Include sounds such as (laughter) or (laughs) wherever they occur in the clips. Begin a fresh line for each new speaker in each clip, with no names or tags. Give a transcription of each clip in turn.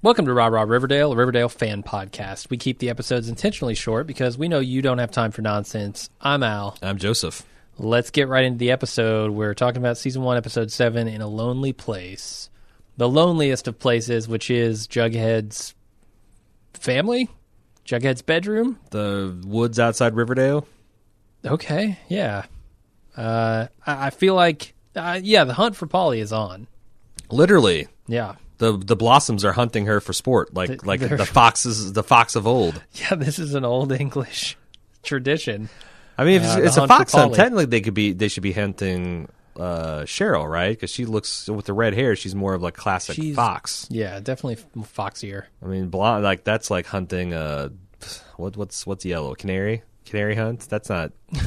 Welcome to Rah Rah Riverdale, a Riverdale fan podcast. We keep the episodes intentionally short because we know you don't have time for nonsense. I'm Al.
I'm Joseph.
Let's get right into the episode. We're talking about season one, episode seven, in a lonely place. The loneliest of places, which is Jughead's family, Jughead's bedroom.
The woods outside Riverdale.
Okay, yeah. Uh, I, I feel like, uh, yeah, the hunt for Polly is on.
Literally,
Yeah. (laughs)
the the blossoms are hunting her for sport, like
They-
like
they're- (laughs)
the foxes, the fox of old.
Yeah, this is an old English (laughs) tradition.
I mean, if it's,
the
it's a
hunt for
fox hunt.
Polly.
Technically, they could be they should be hunting uh, Cheryl, right? Because she looks with the red hair. She's more of like classic
She's-
fox.
Yeah, definitely f- foxier.
I mean, blonde like that's like hunting uh, what what's what's yellow canary canary hunt. That's not. (laughs)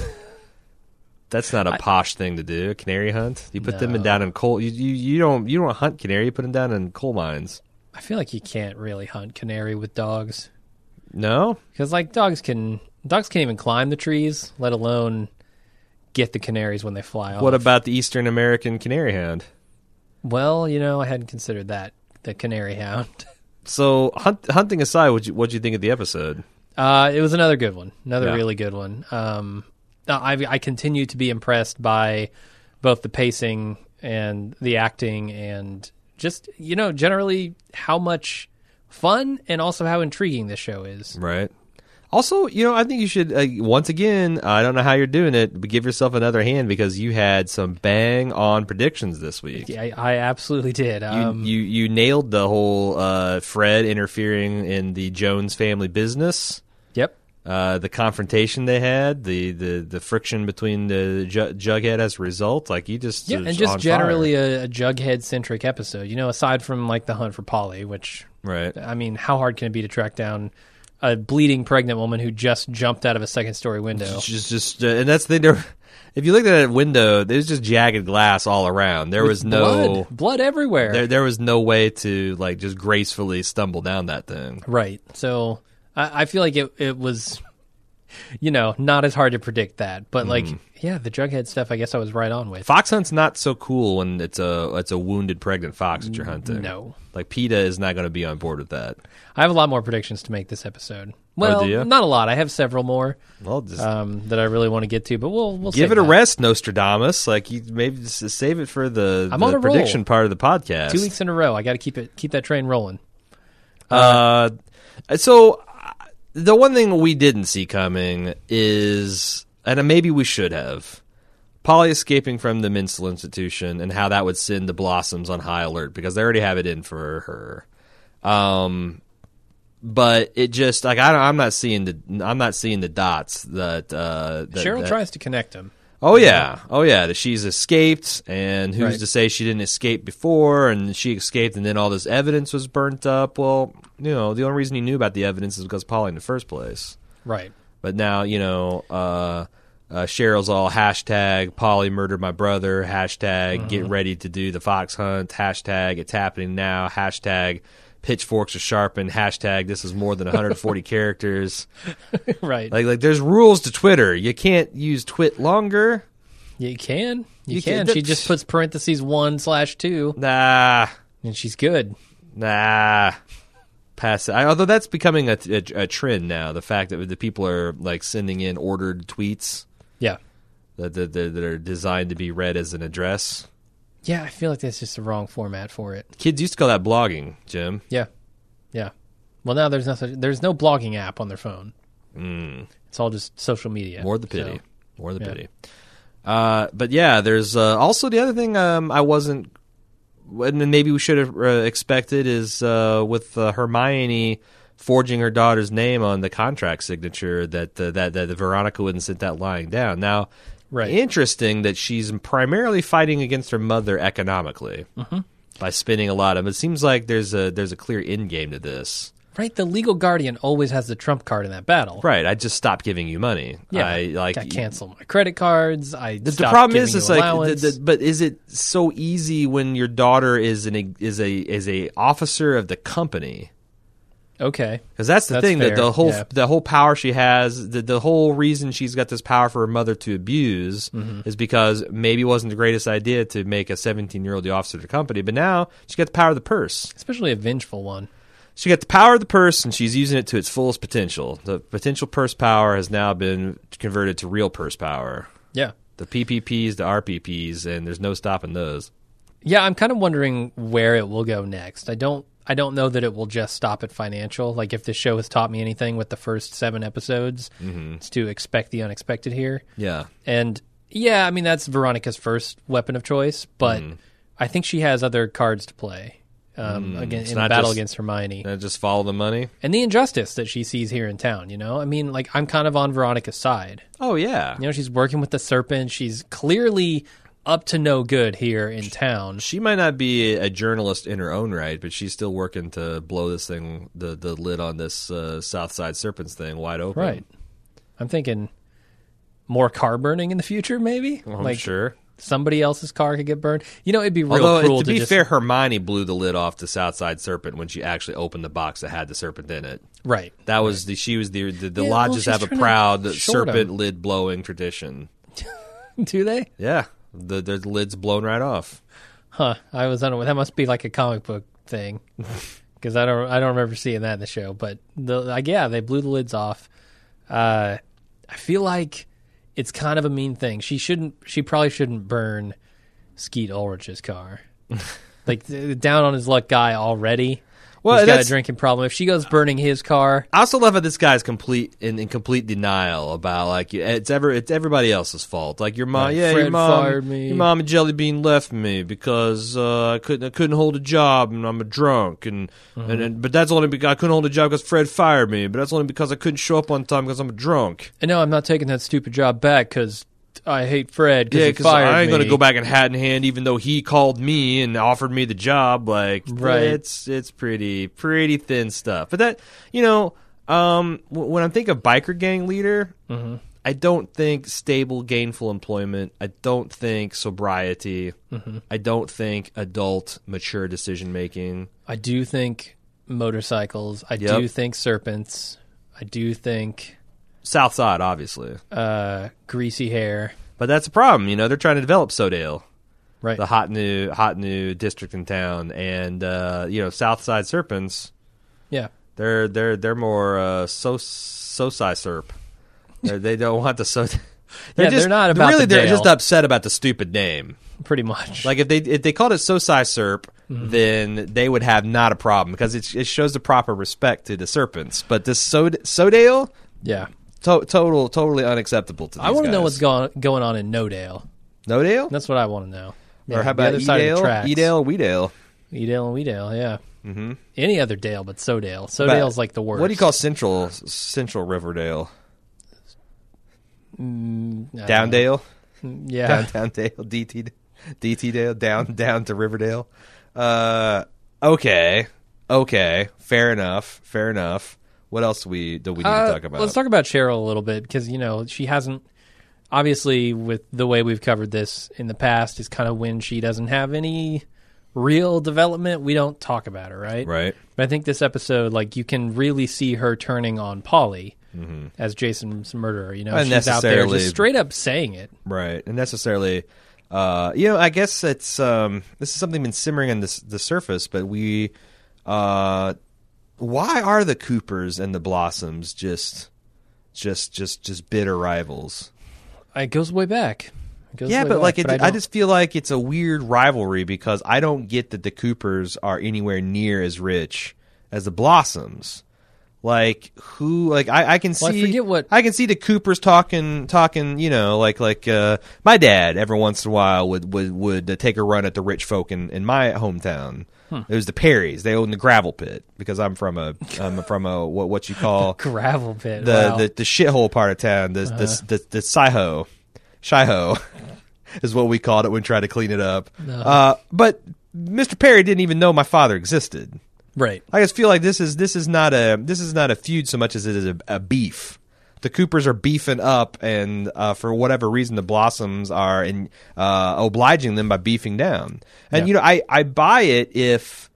That's not a posh thing to do. Canary hunt. You put them in
No.
down in coal. You, you you don't you don't hunt canary. You put them down in coal mines.
I feel like you can't really hunt canary with dogs
No,
because like dogs can dogs can't even climb the trees, let alone get the canaries when they fly off.
What about the Eastern American canary hound?
well, you know, I hadn't considered that the canary hound. (laughs)
So hunt, hunting aside, what you what you think of the episode?
Uh, it was another good one, another
Yeah.
really good one. Um, I I continue to be impressed by both the pacing and the acting, and just you know generally how much fun and also how intriguing this show is.
Right. Also, you know, I think you should uh, once again. I don't know how you're doing it, but give yourself another hand because you had some bang on predictions this week.
I, I absolutely did.
You,
Um,
you you nailed the whole uh, Fred interfering in the Jones family business,
yep.
uh, the confrontation they had, the, the, the friction between the ju- Jughead as a result. Like you just
Yeah,
was
and
on
just
fire.
generally a, a Jughead centric episode. You know, aside from like the hunt for Polly, which
right.
I mean, how hard can it be to track down a bleeding pregnant woman who just jumped out of a second story window?
It's just just uh, and that's the thing there (laughs) if you looked at that window there's just jagged glass all around there was no
blood, blood everywhere.
there, there was no way to like just gracefully stumble down that thing
Right. So I, I feel like it, it was, you know, not as hard to predict that. But like,
Mm-hmm.
yeah, the Jughead stuff, I guess I was right on with.
fox hunt's not so cool when it's a it's a wounded pregnant fox that you're hunting
No.
like PETA is not going to be on board with that.
I have a lot more predictions to make this episode. Well,
Oh, do you?
not a lot. I have several more
Well, just
um, that I really want to get to, but we'll we'll
give
save
it a
that.
rest, Nostradamus. Like you maybe just save it for the,
I'm
the
on a roll.
prediction part of the podcast.
Two weeks in a row. I got to keep it keep that train rolling.
Uh, so uh, the one thing we didn't see coming is, and maybe we should have, Polly escaping from the Minsel Institution and how that would send the Blossoms on high alert because they already have it in for her. Um, but it just like I don't, I'm not seeing the I'm not seeing the dots that uh, that,
Cheryl
that-
tries to connect them.
Oh yeah, oh yeah. That she's escaped, and who's
Right.
to say she didn't escape before? And she escaped, and then all this evidence was burnt up. Well, you know, the only reason he knew about the evidence is because Polly in the first place. (laughs)
Right.
But now, you know, uh, uh, Cheryl's all hashtag Polly murdered my brother. Hashtag get ready to do the fox hunt. Hashtag it's happening now. Hashtag pitchforks are sharpened. Hashtag this is more than 140 characters.
right.
Like, like there's rules to Twitter. You can't use twit longer.
you can. You,
You
can.
can-
She just puts parentheses one slash two,
Nah.
and she's good.
Nah, pass. I, although that's becoming a, a, a trend now. The fact that the people are like sending in ordered tweets
Yeah.
that that, that, that are designed to be read as an address.
Yeah. I feel like that's just the wrong format for it.
Kids used to call that blogging, Jim.
Yeah, yeah. Well, now there's nothing. There's no blogging app on their phone. It's all just social media.
Hmm. More the
So,
pity. More the
yeah.
pity. Uh, but yeah, there's uh, also the other thing um, I wasn't, and then maybe we should have uh, expected is uh, with uh, Hermione forging her daughter's name on the contract signature that uh, that that Veronica wouldn't sit that lying down. Now,
Right.
interesting that she's primarily fighting against her mother economically
Mm-hmm.
by spending a lot of. It seems like there's a there's a clear end game to this.
right. The legal guardian always has the trump card in that battle.
Right, I just stopped giving you money.
Yeah,
I, like
I cancel my credit cards. I
The, the problem is, it's like, the, the, but is it so easy when your daughter is an is a is a officer of the company?
okay,
Because that's the
That's
thing that
fair,
the whole
yeah.
the whole power she has, the, the whole reason she's got this power for her mother to abuse,
Mm-hmm.
is because maybe it wasn't the greatest idea to make a seventeen year old the officer of the company, but now she got the power of the purse.
especially a vengeful one.
She got the power of the purse, and she's using it to its fullest potential. The potential purse power has now been converted to real purse power.
Yeah.
The PPPs, the RPPs, and there's no stopping those.
Yeah, I'm kind of wondering where it will go next. I don't I don't know that it will just stop at financial. Like if this show has taught me anything with the first 7 episodes,
Mm-hmm.
it's to expect the unexpected here.
Yeah,
And yeah, I mean that's Veronica's first weapon of choice, but
Mm-hmm.
I think she has other cards to play. Um, again,
Mm, It's
in the
not
battle
just-
against Hermione,
and I just follow the money.
and the injustice that she sees here in town. You know, I mean, like I'm kind of on Veronica's side.
Oh yeah,
You know, she's working with the serpent. She's clearly up to no good here in town.
she might not be a journalist in her own right, but she's still working to blow this thing, the the lid on this uh, South Side Serpents thing wide open.
Right. I'm thinking more car burning in the future, maybe.
Oh, I'm
like
sure.
somebody else's car could get burned. You know, it'd be real
Although, uh,
cruel
to be
just
fair, Hermione blew the lid off the South Side Serpent when she actually opened the box that had the serpent in it.
right. (laughs)
That was the she was the the, the
Yeah, well,
lodges
she's
have a
trying to
proud
short 'em.
serpent lid blowing tradition.
Do they?
Yeah, the the lid's blown right off.
Huh. I was unaware. That must be like a comic book
(laughs)
thing, because I don't I don't remember seeing that in the show. But the like, yeah, they blew the lids off. Uh, I feel like it's kind of a mean thing. She shouldn't. She probably shouldn't burn Skeet Ulrich's
(laughs)
car. like th- down on his luck guy already.
Well,
he's got a
that's-
drinking problem. If she goes burning his car,
I also love how this guy's complete in, in complete denial about like it's ever it's everybody else's fault. Like your mom,
Right,
yeah, your
Fred
mom,
fired me.
your mom and Jelly Bean left me because uh, I couldn't I couldn't hold a job and I'm a drunk and,
Mm-hmm.
and, and but that's only because I couldn't hold a job because Fred fired me. But that's only because I couldn't show up on time because I'm a drunk.
no, I'm not taking that stupid job back because I hate Fred. Cause
Yeah,
because
because I ain't
going
gonna go back and hat in hand, even though he called me and offered me the job. Like,
Right.
It's it's pretty pretty thin stuff. But that you know, um, w- when I think of biker gang leader,
Mm-hmm.
I don't think stable gainful employment. I don't think sobriety.
Mm-hmm.
I don't think adult mature decision making.
I do think motorcycles. I
Yep.
do think serpents. I do think
South Side, obviously,
uh, greasy hair.
but that's a problem. You know, they're trying to develop Sodale.
Right.
the hot new hot new district in town, and uh, you know, South Side Serpents.
yeah.
They're they're they're more uh, so soci serp. They're, they don't want the so. (laughs) They're
Yeah,
just,
they're not about
really.
the
they're
Dale.
just upset about the stupid name.
Pretty much.
Like if they if they called it soci serp,
Mm-hmm.
then they would have not a problem because it it shows the proper respect to the serpents. But this Sod- Sodale,
yeah.
to- total totally unacceptable to. These
I want to know
guys.
what's going going on in No Dale.
no Dale
That's what I want to know. Yeah,
or how
the
about
other side of the
Edale,
tracks.
Edale, Weedale.
Edale and Weedale, yeah. Mm-hmm. Any other Dale but Sodale.
But
Sodale's like the worst.
What do you call Central Central Riverdale?
Mm, I don't know.
Downdale,
Yeah.
downtown Dale, DT, DT Dale, down down to Riverdale. Uh, okay, okay, fair enough, fair enough. What else we do we need
Uh,
to talk about?
Let's talk about Cheryl a little bit because you know she hasn't. Obviously, with the way we've covered this in the past, is kind of when she doesn't have any real development. We don't talk about her, right?
right?
But I think this episode, like, you can really see her turning on Polly
Mm-hmm.
as Jason's murderer. You know, she's out there
Unnecessarily.
just straight up saying it.
right and necessarily uh you know i guess it's um this is something been simmering on this the surface but we uh why are the coopers and the blossoms just just just just bitter rivals
It goes way back. It goes
yeah
way
but
back,
like it, I,
don't-
just feel like it's a weird rivalry because i don't get that the coopers are anywhere near as rich as the blossoms like who like i, I can
Well, I
see
forget what-
I can see the Coopers talking, talking. You know, like like uh, my dad. Every once in a while, would would would uh, take a run at the rich folk in, in my hometown. It was the Perrys. They owned the gravel pit because I'm from a I'm from a what what you
(laughs)
call
gravel pit.
the
wow.
the, the shithole part of town. The the the, the Siho, Shiho, (laughs) is what we called it when we tried to clean it up. Uh, but Mr. Perry didn't even know my father existed.
right.
I just feel like this is this is not a this is not a feud so much as it is a, a beef. The Coopers are beefing up, and uh, for whatever reason, the Blossoms are in, uh, obliging them by beefing down. And you know, I, I buy it if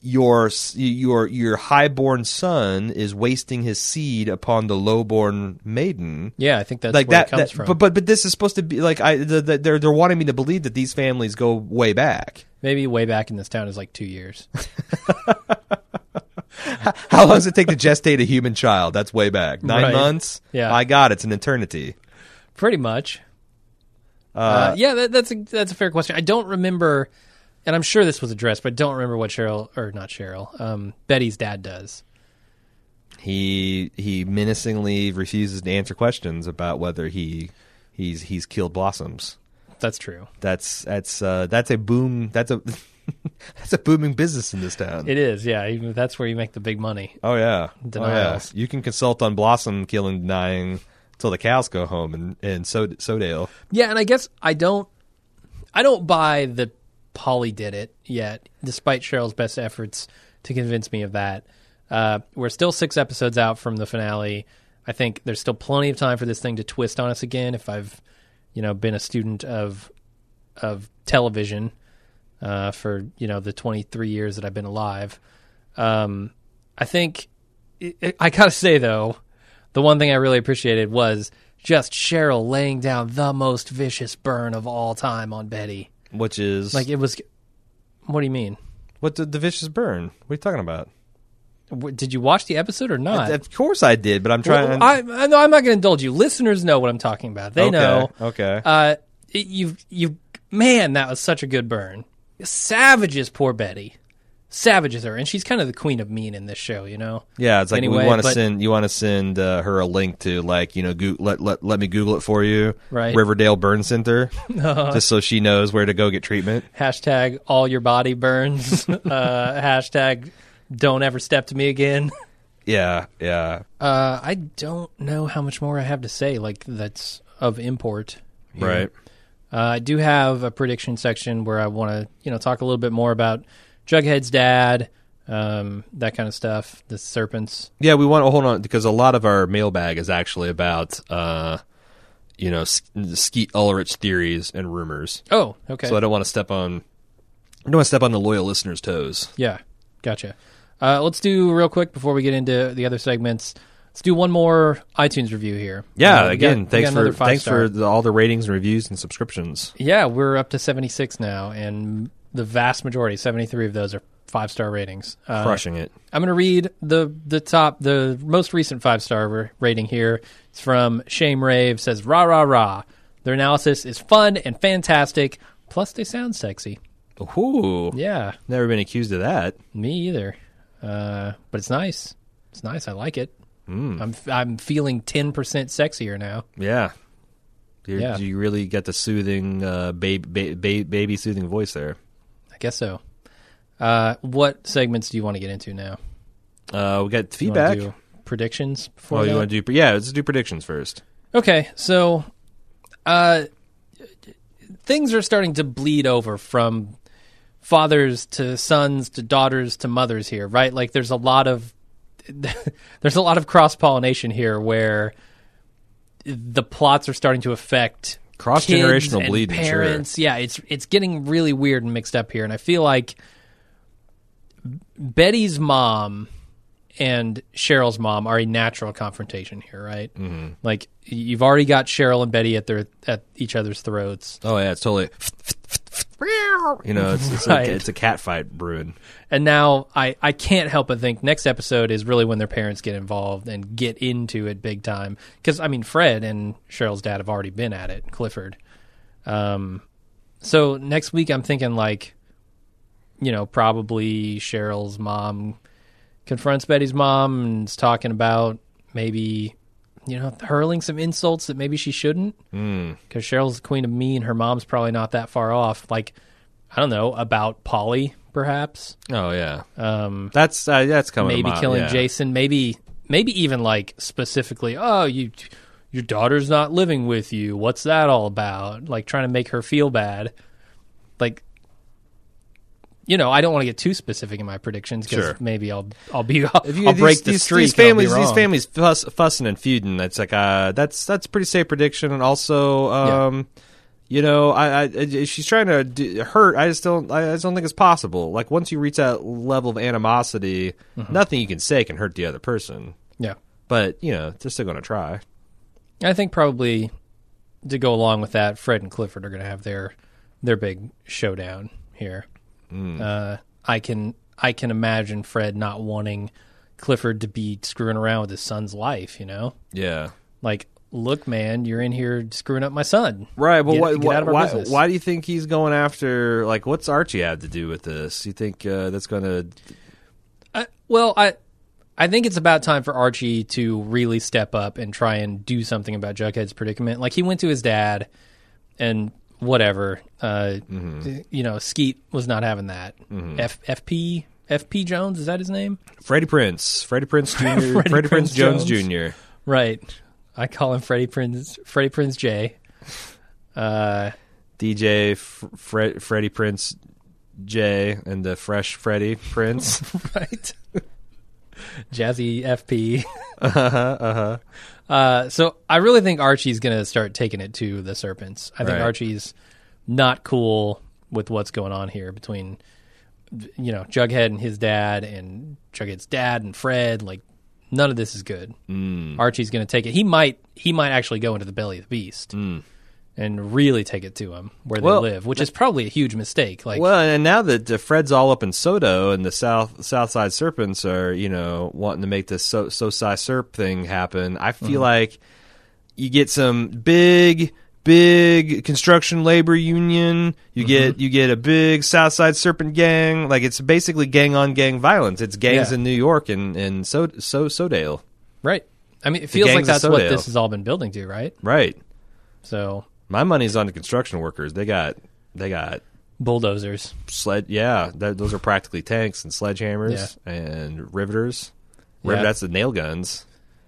your s- your your highborn son is wasting his seed upon the lowborn maiden
Yeah, I think that's
like
where
that,
it comes
that-
from.
But but but this is supposed to be like I the, the, they're they're wanting me to believe that these families go way back.
Maybe way back in this town is like two years.
How long does it take to gestate a human child? That's way back. Nine
Right.
months?
Yeah.
My God, it's an eternity.
Pretty much. Uh, yeah, that, that's a, that's a fair question. I don't remember, and I'm sure this was addressed, but I don't remember what Cheryl or not Cheryl, um, Betty's dad does.
He he menacingly refuses to answer questions about whether he he's he's killed blossoms.
That's true.
That's that's uh, that's a boom that's a (laughs) that's a booming business in this town.
It is. Yeah, even- that's where you make the big money.
Oh yeah.
Denials.
Oh, yeah. You can consult on blossom killing denying till the cows go home and and so Sodale.
Yeah, and I guess I don't, I don't buy that Polly did it yet, despite Cheryl's best efforts to convince me of that. Uh, we're still six episodes out from the finale. I think there's still plenty of time for this thing to twist on us again. If I've, you know, been a student of of television uh, for you know the 23 years that I've been alive, um, I think it, it- I gotta say though, the one thing I really appreciated was just Cheryl laying down the most vicious burn of all time on Betty.
Which is
Like it was. What do you mean?
what did the vicious burn? What are you talking about?
W- Did you watch the episode or not?
Of course I did, but I'm trying.
Well, I, I know I'm not going to indulge you. Listeners know what I'm talking about. They
Okay,
know.
okay.
Uh, it- you you man, that was such a good burn. Savages poor Betty. Savages her, and she's kind of the queen of mean in this show. You know.
yeah, it's like
Anyway,
we want to
but-
send you want to send uh, her a link to like you know go, let let let me Google it for you.
Right.
Riverdale
(laughs)
Burn Center, just so she knows where to go get treatment.
Hashtag all your body burns. (laughs) uh, hashtag don't ever step to me again.
Yeah, yeah.
Uh, I don't know how much more I have to say. Like that's of import. here.
Right.
Uh, I do have a prediction section where I want to, you know, talk a little bit more about Jughead's dad, um, that kind of stuff. The serpents.
Yeah, we want to hold on because a lot of our mailbag is actually about uh, you know S- Skeet Ulrich's theories and rumors.
Oh, okay.
So I don't want to step on. I don't want to step on the loyal listeners' toes.
yeah, gotcha. Uh, let's do real quick before we get into the other segments. Let's do one more iTunes review here. Uh,
Yeah,
we got-
again,
we
thanks
got another
for thanks
five-star.
for the, all the ratings and reviews and subscriptions.
Yeah, we're up to seventy six now, and the vast majority, seventy three of those are five star ratings. Uh,
Crushing it.
I'm going to read the the top the most recent five star rating here. It's from Shame Rave says rah rah rah. Their analysis is fun and fantastic. Plus they sound sexy.
Ooh.
Yeah,
Never been accused of that.
me either. Uh, but it's nice. It's nice. I like it. I'm I'm feeling ten percent sexier now.
Yeah. you
Yeah.
You really get the soothing, uh, baby, ba- ba- baby soothing voice there.
I guess so. Uh, what segments do you want to get into now?
Uh,
You
we got
wanna
feedback.
do predictions. Before
Oh, you
that?
want to do? Yeah, let's do predictions first.
Okay, so uh, things are starting to bleed over from fathers to sons to daughters to mothers here, right? Like there's a lot of (laughs) there's a lot of cross pollination here where the plots are starting to affect kids
Cross-generational
and
bleeding, sure.
Parents, yeah, it's it's getting really weird and mixed up here, and I feel like Betty's mom and Cheryl's mom are a natural confrontation here, right? Mm-hmm. Like you've already got Cheryl and Betty at their at each other's throats,
Oh yeah, it's totally. You know, it's it's,
(laughs) Right.
a, it's a cat fight brewing.
and now I I can't help but think next episode is really when their parents get involved and get into it big time because I mean Fred and Cheryl's dad have already been at it, Clifford. Um, so next week I'm thinking like, you know, probably Cheryl's mom confronts Betty's mom and is talking about maybe, you know, hurling some insults that maybe she shouldn't. Because Cheryl's the queen of mean, her mom's probably not that far off. Like, I don't know about Polly, perhaps.
Oh yeah. Um, that's uh, that's coming. to
Maybe
my-
killing
yeah.
Jason. Maybe, maybe even like specifically. Oh, you, your daughter's not living with you. What's that all about? Like trying to make her feel bad. Like, you know, I don't want to get too specific in my predictions because
Sure.
maybe I'll I'll be (laughs) I'll,
If you-
I'll break
these,
the
these-
streak.
These
and I'll be
families, these
wrong.
families fuss, fussing and feuding. That's like uh, that's that's a pretty safe prediction. And also, um, you know, I, I, I- she's trying to do, hurt. I just don't. I just don't think it's possible. Like once you reach that level of animosity,
Mm-hmm.
nothing you can say can hurt the other person.
Yeah.
But you know, they're still going to try.
I think probably to go along with that, Fred and Clifford are going to have their their big showdown here. Uh, I can I can imagine Fred not wanting Clifford to be screwing around with his son's life, you know?
Yeah.
Like, look, man, you're in here screwing up my son.
Right, but
Get-
why,
get
why,
out of our
why,
business.
why do you think he's going after? Like, what's Archie have to do with this? You think uh, that's going to?
I, well, I I think it's about time for Archie to really step up and try and do something about Jughead's predicament. Like he went to his dad and whatever. Uh, You know, Skeet was not having that. F, FP FP Jones is that his name?
Freddie Prince,
(laughs)
Freddie Prince Jr., Freddie, Prince,
Prinze
Jones,
Jones.
Jr.
Right. I call him Freddie Prince Freddie Prince J. Uh,
DJ F- Fre- Freddie Prince J and the Fresh Freddie Prince.
(laughs) right? Jazzy FP. Uh-huh, uh-huh. Uh, so I really think Archie's going to start taking it to the Serpents. I think
Right.
Archie's not cool with what's going on here between, you know, Jughead and his dad and Jughead's dad and Fred. Like, none of this is good. Archie's going to take it. He might he might actually go into the belly of the beast. And really take it to him where
Well,
they live, which is probably a huge mistake. Like,
well, and now that uh, Fred's all up in Soto and the South Southside Serpents are, you know, wanting to make this so Sosai Serp thing happen, I feel like you get some big big construction labor union you get you get a big southside serpent gang like it's basically gang on gang violence it's gangs
Yeah.
in new york and and so so sodale
right? I mean, it feels like
gangs of
that's what
Sodale.
this has all been building to, right?
right
So
my money's on the construction workers they got they got
bulldozers.
sled yeah that, those are practically tanks and sledgehammers and riveters Riv-
Yeah.
that's the nail guns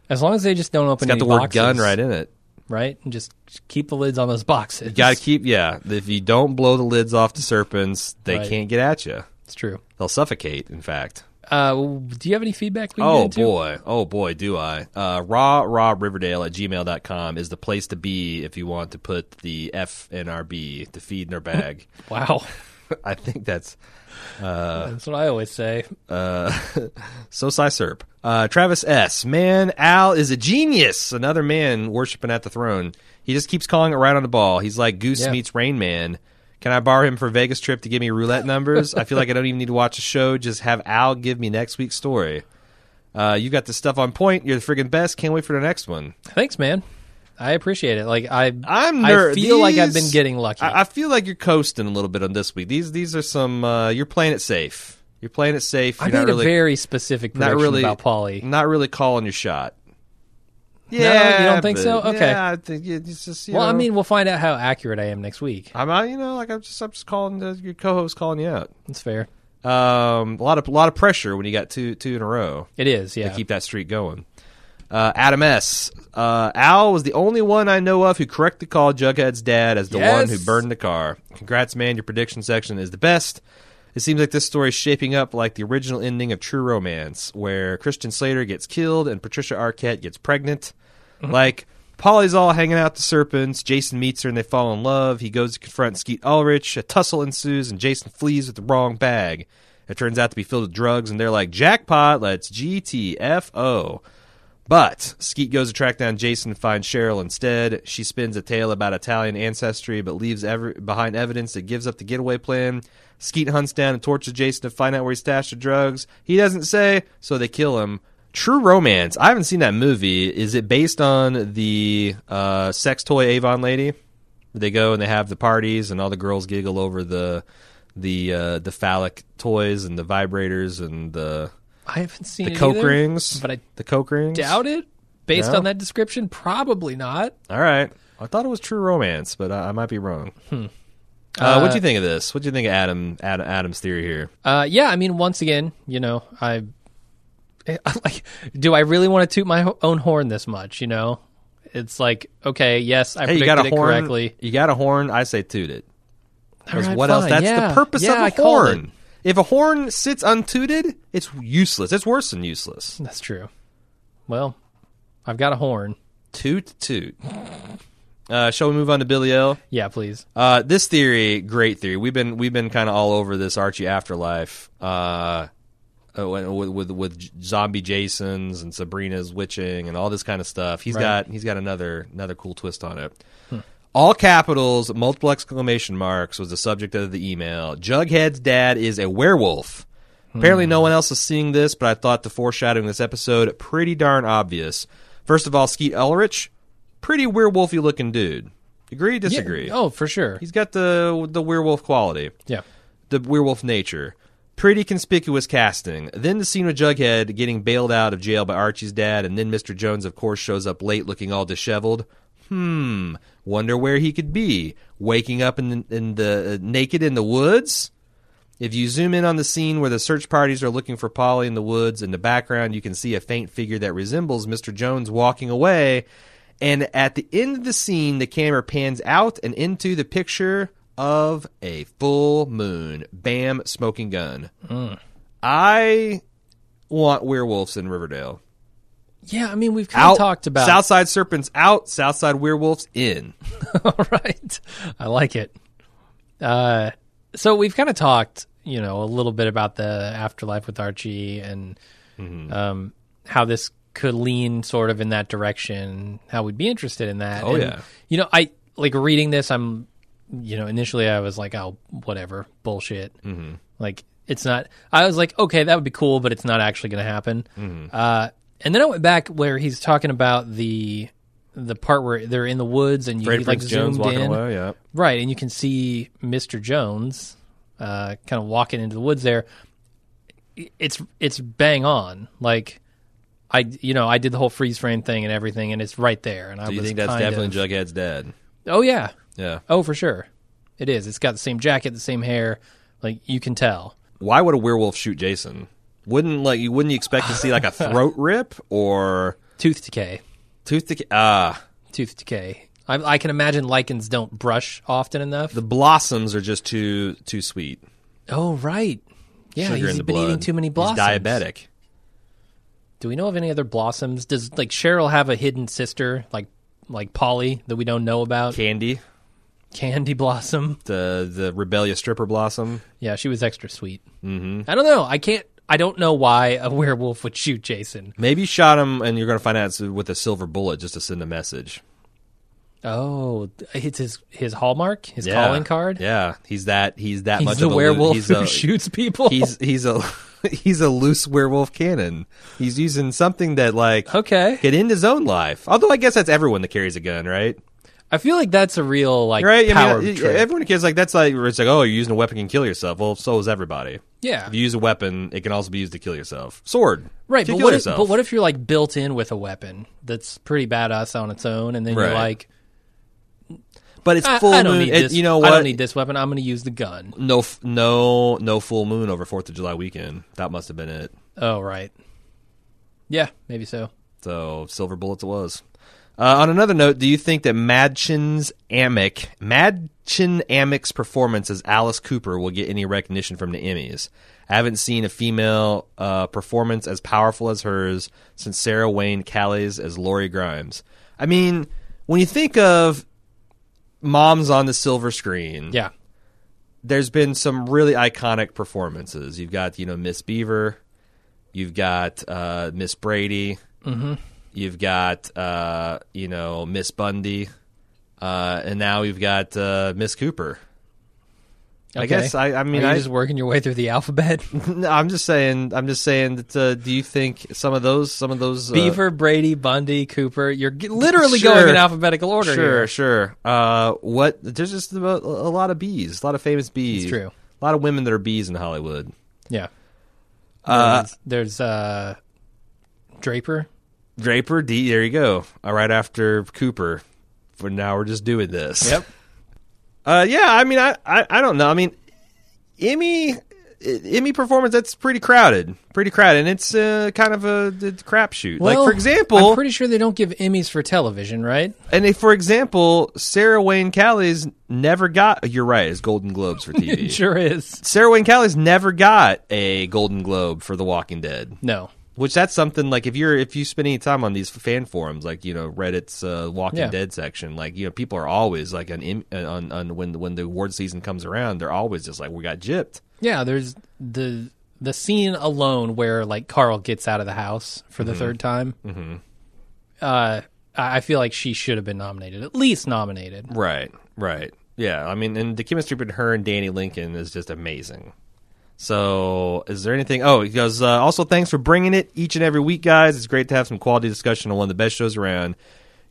As long as they just don't open
it's got
any
the word
boxes,
gun right in it
right, and just keep the lids on those boxes.
you gotta keep yeah if you don't blow the lids off the serpents they
Right.
can't get at you
It's true.
they'll suffocate in fact
Uh, do you have any feedback? We can
oh
get into?
boy oh boy do i uh, raw raw riverdale at gmail.com is the place to be if you want to put the fnrb to feed in
(laughs)
our bag
Wow,
(laughs) i think that's
that's what I always say.
So Cy Serp. Uh, Travis S. Man, Al is a genius. Another man worshiping at the throne. He just keeps calling it right on the ball. He's like Goose
Yeah.
meets Rain Man. Can I borrow him for Vegas trip to give me roulette numbers? I feel like I don't even need to watch a show. Just have Al give me next week's story. Uh, you got the stuff on point. You're the friggin' best. Can't wait for the next one.
Thanks, man. I appreciate it. Like I,
I'm.
I
Ner-
feel like I've been
these-
getting lucky.
I, I feel like you're coasting a little bit on this week. These these are some. Uh, you're playing it safe. You're playing it safe.
I
You're
made
not really
a very specific
not
prediction
really Mm,
about Polly.
Not really calling your shot.
you don't think
but-
so? Okay.
Yeah, I think it- it's just. You
Well, I
know,
mean, we'll find out how accurate I am next week.
I'm out. You know, like I'm just, I'm just calling the, your co-host calling you out.
That's fair.
Um, a lot of, a lot of pressure when you got two, two in a row
It is, yeah.
to keep that streak going. Uh, Adam S. Uh, Al was the only one I know of who correctly called Jughead's dad as the one who
Yes.
burned the car. Congrats, man! Your prediction section is the best. It seems like this story is shaping up like the original ending of True Romance, where Christian Slater gets killed and Patricia Arquette gets pregnant. Like Polly's all hanging out with the serpents. Jason meets her and they fall in love. He goes to confront Skeet Ulrich. A tussle ensues and Jason flees with the wrong bag. It turns out to be filled with drugs, and they're like, jackpot, let's GTFO. But Skeet goes to track down Jason and finds Cheryl instead. She spins a tale about Italian ancestry, but leaves ever behind evidence that gives up the getaway plan. Skeet hunts down and tortures Jason to find out where he stashed the drugs. He doesn't say, so they kill him. True Romance. I haven't seen that movie. Is it based on the uh, sex toy Avon lady? They go and they have the parties, and all the girls giggle over the the uh, the phallic toys and the vibrators and the
I haven't seen
the
it
coke
either,
rings.
but I
the coke rings.
doubt it. Based
No?
on that description, probably not.
All right. I thought it was True Romance, but I, I might be wrong.
Hmm.
Uh, what do you think of this? What do you think of Adam, Adam Adam's theory here?
Uh, yeah, I mean, once again, you know, I (laughs) like. Do I really want to toot my ho- own horn this much? You know, it's like, okay, yes, I
Hey, you
predicted
got a
it
horn.
correctly.
You got a horn. I say toot it. 'Cause
All right,
what else?
fine,
That's
yeah,
the purpose
yeah,
of a
I called
horn. If a horn sits untooted, it's useless. It's worse than useless.
it. That's true. Well, I've got a horn.
Toot toot. Uh, shall we move on to Billy L?
Yeah, please.
Uh, this theory, great theory. We've been we've been kind of all over this Archie afterlife. Uh, uh, with with with zombie Jasons and Sabrina's witching and all this kind of stuff. He's got he's got another another cool twist on it. All capitals, multiple exclamation marks was the subject of the email. Jughead's dad is a werewolf. Apparently, no one else is seeing this, but I thought the foreshadowing this episode pretty darn obvious. First of all, Skeet Ulrich, pretty werewolfy looking dude. Agree?
Yeah,
Disagree?
Oh, for sure.
He's got the the werewolf quality
Yeah.
the werewolf nature. Pretty conspicuous casting. Then the scene with Jughead getting bailed out of jail by Archie's dad, and then Mr. Jones, of course, shows up late looking all disheveled. Hmm. Wonder where he could be. Waking up in the, in the naked in the woods. If you zoom in on the scene where the search parties are looking for Polly in the woods, in the background you can see a faint figure that resembles Mr. Jones walking away. And at the end of the scene, the camera pans out and into the picture of a full moon. Bam, smoking gun.
Hmm.
I want werewolves in Riverdale.
Yeah, I mean, we've kind of talked about
Southside Serpents out, Southside Werewolves in.
(laughs) All right. I like it. Uh, so we've kind of talked, you know, a little bit about the afterlife with Archie and
Mm-hmm.
um, how this could lean sort of in that direction, how we'd be interested in that.
Oh,
And,
yeah.
You know, I like reading this, I'm, you know, initially I was like, oh, whatever, bullshit. Mm-hmm. Like, it's not, I was like, okay, that would be cool, but it's not actually going to happen.
Mm-hmm.
Uh, and then I went back where he's talking about the the part where they're in the woods and you
Fred
he, like
Prinze
zoomed in.
yeah.
Right, and you can see Mr. Jones uh, kind of walking into the woods there. I- It's it's bang on. Like I you know, I did the whole freeze frame thing and everything and it's right there and I
Do you
was
think that's
kind
definitely
of,
Jughead's dad?
Oh yeah.
Yeah.
Oh for sure. It is. It's got the same jacket, the same hair. Like you can tell.
Why would a werewolf shoot Jason? Wouldn't like you wouldn't you expect to see like
(laughs)
a throat rip or
Tooth decay.
tooth decay? Ah,
Tooth decay. I, I can imagine lichens don't brush often enough.
the blossoms are just too too sweet.
Oh right, yeah.
Sugar
he's
in the
been
blood.
eating too many
He's
blossoms.
diabetic.
Do we know of any other blossoms? Does like Cheryl have a hidden sister like like Polly that we don't know about?
Candy,
Candy Blossom.
the the rebellious stripper blossom.
Yeah, she was extra sweet. Mm-hmm. I don't know. I can't. I don't know why a werewolf would shoot Jason.
Maybe you shot him, and you're going to find out it's with a silver bullet just to send a message.
Oh, it's his his hallmark, his
Yeah.
calling card.
Yeah, he's that. He's that
He's
much
the
of a loo-
werewolf
he's
who (laughs)
a-
shoots people.
He's he's a (laughs) he's a loose werewolf cannon. He's using something that like
okay.
could end his own life. Although I guess that's everyone that carries a gun, right?
I feel like that's a real like
Right?
power
I mean,
trip.
everyone cares. Like that's like where it's like, oh, you're using a weapon can kill yourself. Well, so is everybody.
yeah.
If you use a weapon, it can also be used to kill yourself. Sword,
Right,
to
but
kill
what, if,
yourself.
but what if you're like built in with a weapon that's pretty badass on its own, and then
Right.
you're like,
But it's
I,
full
I don't
moon.
need
it-
this.
You know
I
what?
don't need this weapon. I'm going to use the gun.
no, f- no, no full moon over Fourth of July weekend. That must have been it.
Oh, right. Yeah, maybe so.
So silver bullets it was. Uh, on another note, do you think that Madchen's Amick, Madchen Amick's performance as Alice Cooper will get any recognition from the Emmys? I haven't seen a female uh, performance as powerful as hers since Sarah Wayne Callies as Lori Grimes. I mean, when you think of moms on the silver screen,
Yeah,
there's been some really iconic performances. You've got you know Miss Beaver, you've got uh, Miss Brady, mm-hmm. you've got uh, you know Miss Bundy, uh, and now you've got uh, Miss Cooper. I
Okay.
guess I, I mean
Are you
I,
just working your way through the
(laughs)
alphabet?
no, I'm just saying I'm just saying that. Uh, do you think some of those some of those uh,
Beaver, Brady, Bundy, Cooper. You're g- literally
Sure.
going in alphabetical order.
Sure,
here.
sure. Uh, what there's just a, a lot of bees, a lot of famous bees.
It's true.
A lot of women that are bees in Hollywood.
Yeah.
Uh,
there's there's, uh, Draper.
Draper, D. There you go. Uh, right after Cooper. For now, we're just doing this. Uh, yeah. I mean, I, I, I don't know. I mean, Emmy, Emmy performance. That's pretty crowded. Pretty crowded, and it's uh, kind of a d- crapshoot. like
Well,
for
I'm
example,
pretty sure they don't give Emmys for television, right? (laughs)
and if, for example, Sarah Wayne Callies never got. You're right. It's Golden Globes for
(laughs)
TV.
Sure is.
Sarah Wayne Callies never got a Golden Globe for The Walking Dead.
No.
Which that's something like if you're if you spend any time on these fan forums like you know Reddit's uh, Walking
Yeah.
Dead section like you know people are always like on, im- uh, on on when when the award season comes around they're always just like we got gypped
Yeah, there's the the scene alone where like Carl gets out of the house for the third time. Mm-hmm. Uh, I I feel like she should have been nominated, at least nominated.
right right yeah I mean and the chemistry between her and Danny Lincoln is just amazing So, is there anything? Oh, he goes. Uh, also, thanks for bringing it each and every week, guys. It's great to have some quality discussion on one of the best shows around.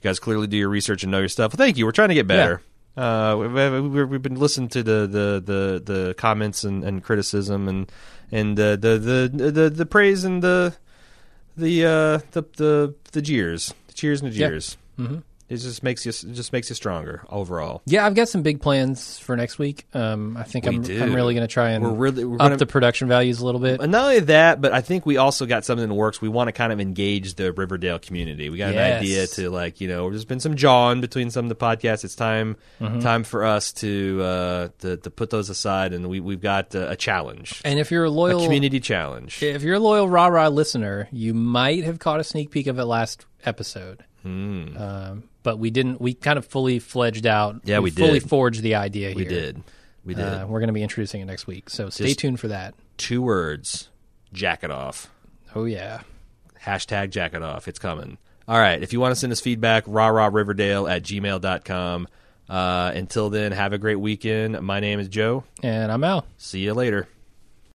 You guys clearly do your research and know your stuff. Well, thank you. We're trying to get better. Uh, we- we- we- we've been listening to the the, the, the comments and, and criticism and and uh, the, the the the the praise and the the uh, the the the jeers, the cheers and the
Yeah.
jeers. Mm-hmm. It just makes you it just makes you stronger overall.
Yeah, I've got some big plans for next week. Um, I think I'm,
do.
I'm really going to try and
We're really- we're
up
gonna-
the production values a little bit.
And not only that, but I think we also got something in the works. We want to kind of engage the Riverdale community. We got an
Yes.
idea to like, you know, there's been some jawing between some of the podcasts. It's time,
Mm-hmm.
time for us to uh, to, to put those aside, and we we've got uh, a challenge,
And if you're a
a
loyal
community challenge.
if you're a loyal rah rah listener, you might have caught a sneak peek of it last episode.
Hmm.
Um, but we didn't. We kind of fully fledged out.
Yeah, we
fully
did.
forged the idea
we
here.
did, we did.
Uh, we're going to be introducing it next week, so stay
Just-
tuned for that.
Two words: jacket off.
Oh yeah,
Hashtag jacket off. It's coming. All right. If you want to send us feedback, rah rah Riverdale at gmail.com. Uh, until then, have a great weekend. My name is Joe.
and I'm out.
See you later.